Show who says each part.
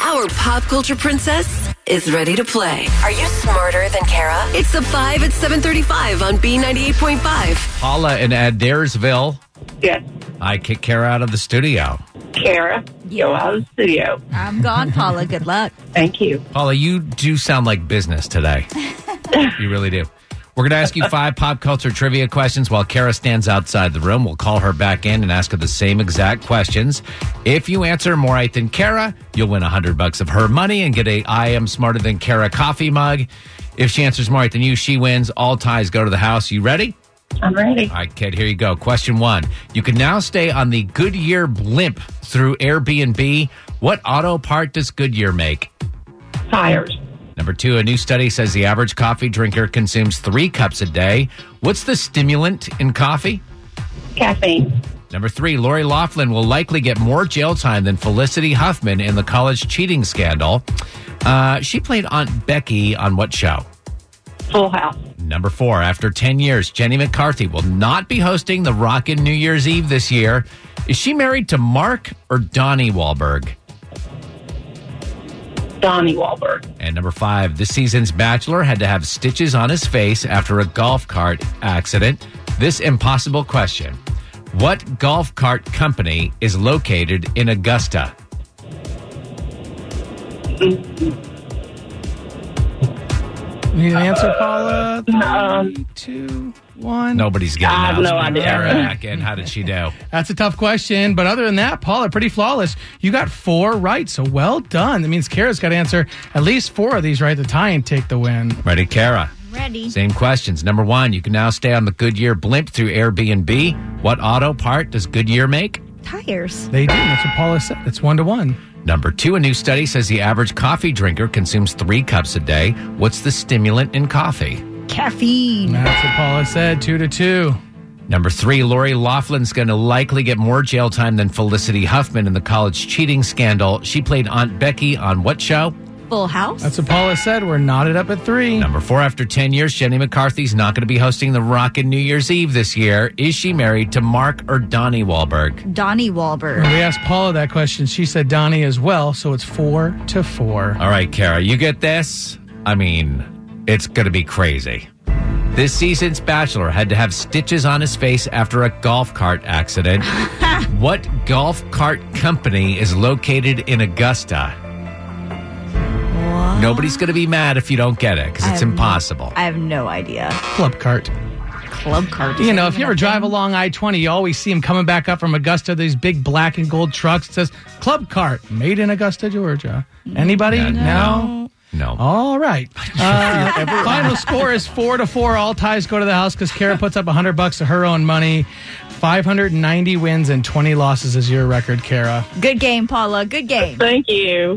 Speaker 1: Our pop culture princess is ready to play.
Speaker 2: Are you smarter than Kara?
Speaker 1: It's the 5 at 735 on B98.5.
Speaker 3: Paula in Adairsville.
Speaker 4: Yes,
Speaker 3: I kicked Kara out of the studio.
Speaker 4: Kara, go out of the studio.
Speaker 5: I'm gone, Paula. Good luck.
Speaker 4: Thank you.
Speaker 3: Paula, you do sound like business today. you really do. We're going to ask you five pop culture trivia questions while Kara stands outside the room. We'll call her back in and ask her the same exact questions. If you answer more right than Kara, you'll win 100 bucks of her money and get a I am smarter than Kara coffee mug. If she answers more right than you, she wins. All ties go to the house. You ready?
Speaker 4: I'm ready.
Speaker 3: All right, kid, here you go. Question one. You can now stay on the Goodyear blimp through Airbnb. What auto part does Goodyear make?
Speaker 4: Tires.
Speaker 3: Number two, a new study says the average coffee drinker consumes three cups a day. What's the stimulant in coffee?
Speaker 4: Caffeine.
Speaker 3: Number three, Lori Laughlin will likely get more jail time than Felicity Huffman in the college cheating scandal. Uh, she played Aunt Becky on what show?
Speaker 4: Full house.
Speaker 3: Number four, after 10 years, Jenny McCarthy will not be hosting the Rockin' New Year's Eve this year. Is she married to Mark or Donnie Wahlberg?
Speaker 4: Donnie Wahlberg.
Speaker 3: And number five, this season's Bachelor had to have stitches on his face after a golf cart accident. This impossible question What golf cart company is located in Augusta?
Speaker 6: You can answer, Paula.
Speaker 4: Um,
Speaker 6: Three, two, one.
Speaker 3: Nobody's getting
Speaker 4: I have
Speaker 3: out.
Speaker 4: no idea.
Speaker 3: Tara back in. How did she do?
Speaker 6: That's a tough question, but other than that, Paula, pretty flawless. You got four right, so well done. That means Kara's got to answer at least four of these right to tie and take the win.
Speaker 3: Ready, Kara?
Speaker 5: Ready.
Speaker 3: Same questions. Number one, you can now stay on the Goodyear blimp through Airbnb. What auto part does Goodyear make?
Speaker 5: Tires.
Speaker 6: They do. That's what Paula said. It's one to one.
Speaker 3: Number two, a new study says the average coffee drinker consumes three cups a day. What's the stimulant in coffee?
Speaker 5: Caffeine.
Speaker 6: That's what Paula said. Two to two.
Speaker 3: Number three, Lori Laughlin's going to likely get more jail time than Felicity Huffman in the college cheating scandal. She played Aunt Becky on what show?
Speaker 5: Full house.
Speaker 6: That's what Paula said. We're knotted up at three.
Speaker 3: Number four, after 10 years, Jenny McCarthy's not going to be hosting the Rockin' New Year's Eve this year. Is she married to Mark or Donnie Wahlberg?
Speaker 5: Donnie Wahlberg.
Speaker 6: We asked Paula that question. She said Donnie as well, so it's four to four.
Speaker 3: All right, Kara, you get this? I mean, it's going to be crazy. This season's Bachelor had to have stitches on his face after a golf cart accident. what golf cart company is located in Augusta?
Speaker 5: What?
Speaker 3: Nobody's going to be mad if you don't get it because it's
Speaker 5: I'm-
Speaker 3: impossible.
Speaker 5: I have no idea.
Speaker 6: Club cart.
Speaker 5: Club card.
Speaker 6: You know, if you ever drive along I 20, you always see them coming back up from Augusta, these big black and gold trucks. It says Club Cart, made in Augusta, Georgia. Anybody?
Speaker 3: Yeah,
Speaker 6: no?
Speaker 3: no.
Speaker 6: All right. Uh, final score is four to four. All ties go to the house because Kara puts up 100 bucks of her own money. 590 wins and 20 losses is your record, Kara.
Speaker 5: Good game, Paula. Good game.
Speaker 4: Thank you.